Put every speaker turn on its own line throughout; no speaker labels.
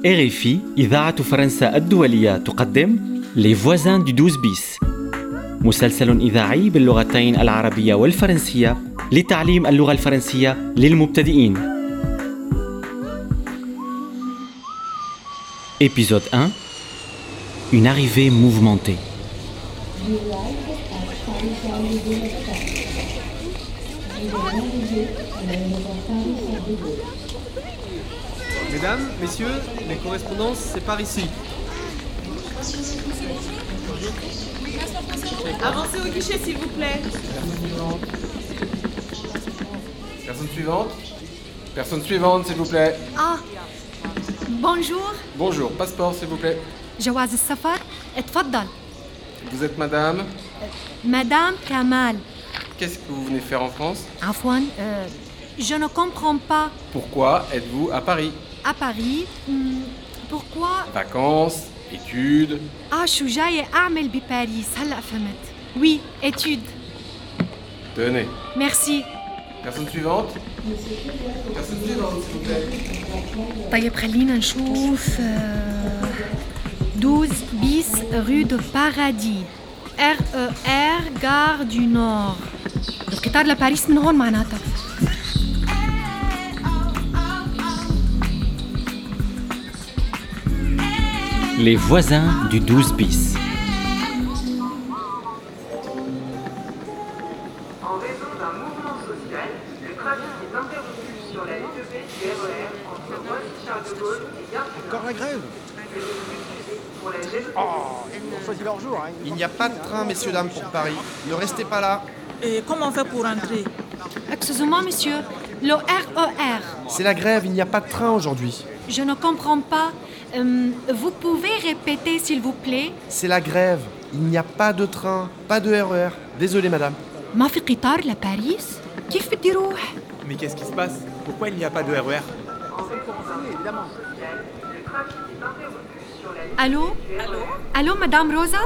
RFI إذاعة فرنسا الدولية تقدم Les voisins du 12 bis مسلسل إذاعي باللغتين العربية والفرنسية لتعليم اللغة الفرنسية للمبتدئين Épisode 1 Une arrivée mouvementée
Mesdames, messieurs, les correspondances, c'est par ici.
Avancez au guichet, s'il vous plaît.
Personne suivante Personne suivante, s'il vous plaît.
آه بونجور
Bonjour, passeport, s'il vous plaît.
جواز السفر اتفضل
Vous êtes madame
مدام كمال
Qu'est-ce que vous venez faire en France
عفوا آه، euh, je ne comprends pas
Pourquoi êtes-vous à Paris
à Paris مم، pourquoi
Vacances, études
اه شو جاية أعمل بباريس هلا فهمت oui études
Tenez.
merci
Personne suivante Personne suivante, s'il vous plaît.
طيب خلينا نشوف آه، 12 euh, bis rue de Paradis RER gare du Nord القطار لباريس من هون معناتها
Les voisins du 12 bis
En raison d'un mouvement social, le trafic est interrompu sur la ligne B du RER entre Roissy-Charles de Gaulle et Gare du Nord.
Encore la grève
Pour la gestion
Choisis leur jour, hein.
Il n'y a pas de train, messieurs, dames, pour Paris. Ne restez pas là.
Et comment on fait pour entrer
Excusez-moi, monsieur. Le E RER,
C'est la grève, il n'y a pas de train aujourd'hui.
je ne comprends pas. Euh, vous pouvez répéter, s'il vous plaît
C'est la grève. Il n'y a pas de train, pas de RER. Désolé, madame.
ما في قطار لباريس؟ كيف بدي روح؟
Mais qu'est-ce qui se passe Pourquoi il n'y a pas de E RER
Allô Allô, madame Rosa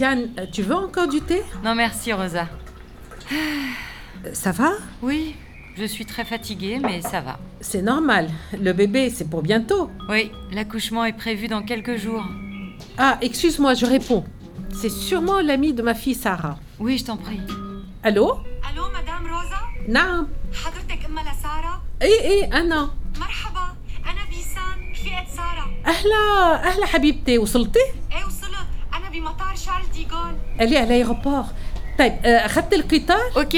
Diane, euh, tu veux encore du thé Euh,
Non merci Rosa.
Ça va
Oui, je suis très fatiguée mais ça va.
C'est normal. Le bébé, c'est pour bientôt.
Oui, l'accouchement est prévu dans quelques jours.
Ah, excuse-moi, je réponds. C'est sûrement l'ami de ma fille Sarah.
Oui, je t'en prie.
Allô
Allô, madame Rosa
Naam.
حضرتك أمها لسارة؟
Eh, eh, Anna.
مرحبا أنا بيسان رفيقة سارة
Ahla, ahla, habibté, وصلتي
إيه وصلت أنا بمطار شارل ديغول
Elle est à l'aéroport. طيب euh, أخذت القطار
Ok,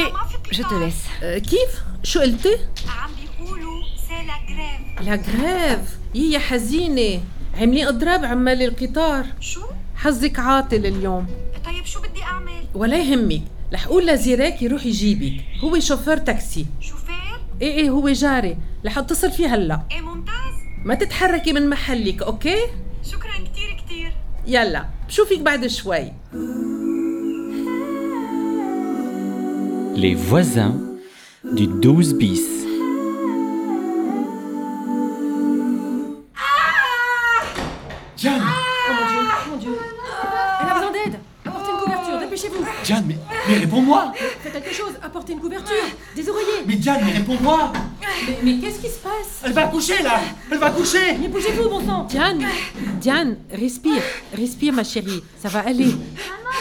je te laisse.
Euh, كيف شو قلتي
عم بيقولوا سي لا جريف
لا غريف يي يا حزينة عاملين اضراب عمال القطار
شو؟
حظك عاطل اليوم
طيب شو بدي أعمل؟
ولا يهمك رح اقول لزيراك يروح يجيبك هو شوفير تاكسي
شوفير؟
ايه ايه هو جاري رح اتصل فيه هلا
إيه ممتاز
ما تتحركي من محلك اوكي
شكرا كتير كتير
يلا بشوفك بعد شوي
Les voisins du 12 bis
Diane
Elle a besoin d'aide Apportez une couverture, dépêchez-vous
Diane, mais, mais réponds-moi
Faites quelque chose, apportez une couverture Des oreillers
Mais Diane, mais réponds-moi
Mais, mais qu'est-ce qui se passe
Elle va coucher, là Elle va coucher
Mais bougez-vous, bon sang
Diane Diane respire respire ma chérie ça va aller maman maman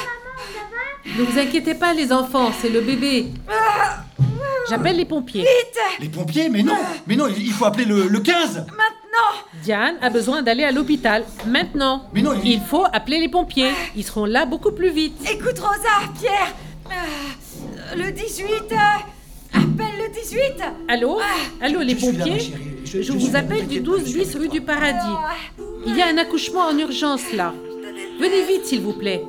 ça va ne vous inquiétez pas les enfants c'est le bébé
Ah.
J'appelle les pompiers.
Les pompiers Mais non Mais non, il il faut appeler le, le 15
Diane a besoin d'aller à l'hôpital maintenant.
Mais non, il-
il faut appeler les pompiers. Ils seront là beaucoup plus vite.
Écoute Rosa, Pierre Euh, Le 18 Appelle le 18
Allô Allô,
Je
les
suis là, ma
pompiers
chérie.
Je, vous
suis là,
appelle du
t'inquiète
12
pas, je suis
bis
avec
rue
toi.
du Paradis. Il y a un accouchement en urgence là. Venez vite, s'il vous plaît.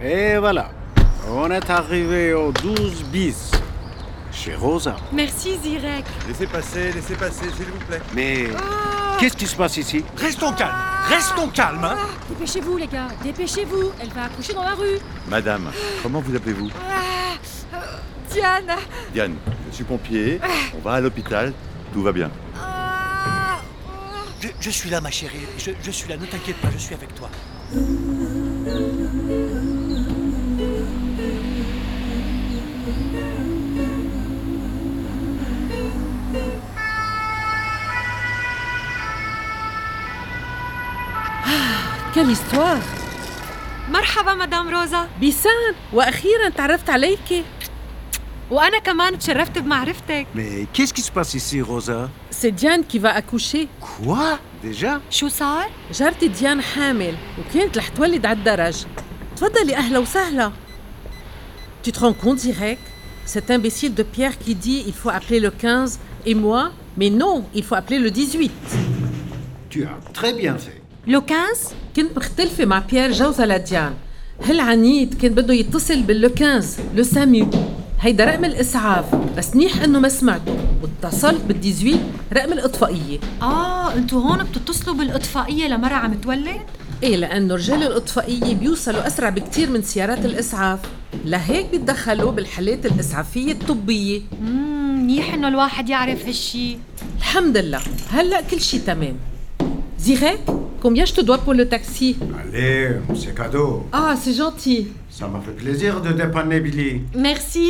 Et voilà, on est arrivé au 12 bis. Je chez Rosa.
Merci Zirek.
Laissez passer, laissez passer, s'il vous plaît.
Mais. Qu'est-ce qui se passe ici
Restons calmes, restons calmes, hein
Dépêchez-vous, les gars, dépêchez-vous. Elle va accoucher dans la rue.
Madame, comment vous appelez-vous
Diane
Diane, je suis pompier, on va à l'hôpital, tout va bien.
Je, je suis là, ma chérie. Je, je suis là, ne t'inquiète pas, je suis avec toi.
quelle histoire
مرحبا مدام روزا
بيسان واخيرا تعرفت عليكي
وانا كمان تشرفت بمعرفتك
Mais qu'est-ce qui se passe ici, Rosa
C'est Diane qui va accoucher
Quoi Déjà
شو صار
جارتي ديان حامل وكانت رح تولد على الدرج تفضلي اهلا وسهلا Tu te rends compte, Zirek Cet imbécile de Pierre qui dit il faut appeler le 15 et moi, mais non, il faut appeler le 18.
Tu as très bien fait.
لو كانز كنت مختلفة مع بيير جوزها لديان هالعنيد كان بده يتصل باللو كانز لو ساميو هيدا رقم الاسعاف بس منيح انه ما سمعته واتصلت بال18 رقم الاطفائيه
Ah,
اه انتو هون بتتصلوا بالاطفائيه لمرة عم تولد
ايه لانه رجال الاطفائيه بيوصلوا اسرع بكتير من سيارات الاسعاف لهيك بيتدخلوا بالحالات الاسعافيه الطبيه
امم منيح انه الواحد يعرف هالشي
الحمد لله هلا كل شيء تمام Zirek, combien je te dois pour le taxi
Allez, c'est cadeau.
Ah, c'est gentil.
Ça m'a fait plaisir de dépanner Billy.
Merci.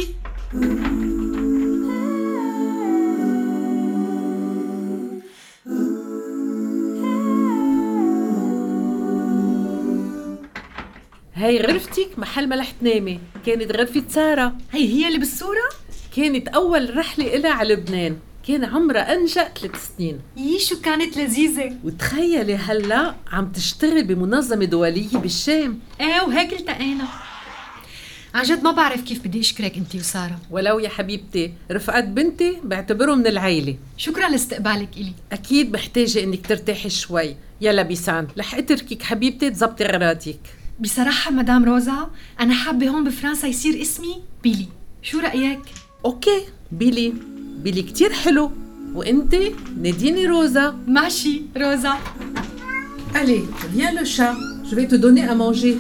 هاي غرفتك محل ما رح تنامي كانت غرفة سارة هاي هي اللي بالصورة؟ كانت أول رحلة إلها على لبنان كان عمرها أنجأ ثلاث سنين
يي شو كانت لذيذة
وتخيلي هلا عم تشتغل بمنظمة دولية بالشام
ايه وهيك التقينا
إيه، عن جد ما بعرف كيف بدي اشكرك انت وساره
ولو يا حبيبتي رفقة بنتي بعتبره من العيلة
شكرا لاستقبالك الي
أكيد محتاجة إنك ترتاحي شوي يلا بيسان رح أتركك حبيبتي تظبطي أغراضك
بصراحة مدام روزا أنا حابة هون بفرنسا يصير اسمي بيلي شو رأيك؟
أوكي بيلي بيلي كتير حلو وانت ناديني روزا
ماشي روزا
Allez, viens le chat, je vais te donner à manger.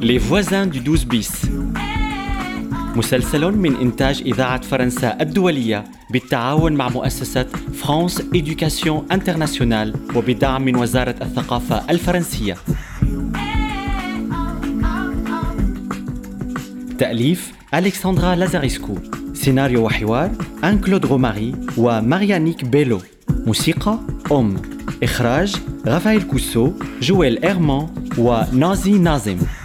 Les voisins du 12 bis مسلسل من إنتاج إذاعة فرنسا الدولية بالتعاون مع مؤسسة فرانس إدوكاسيون انترناسيونال وبدعم من وزارة الثقافة الفرنسية تأليف ألكسندرا لازاريسكو سيناريو وحوار أن كلود غوماري وماريانيك بيلو موسيقى أم إخراج رافائيل كوسو جويل إيرمان ونازي نازم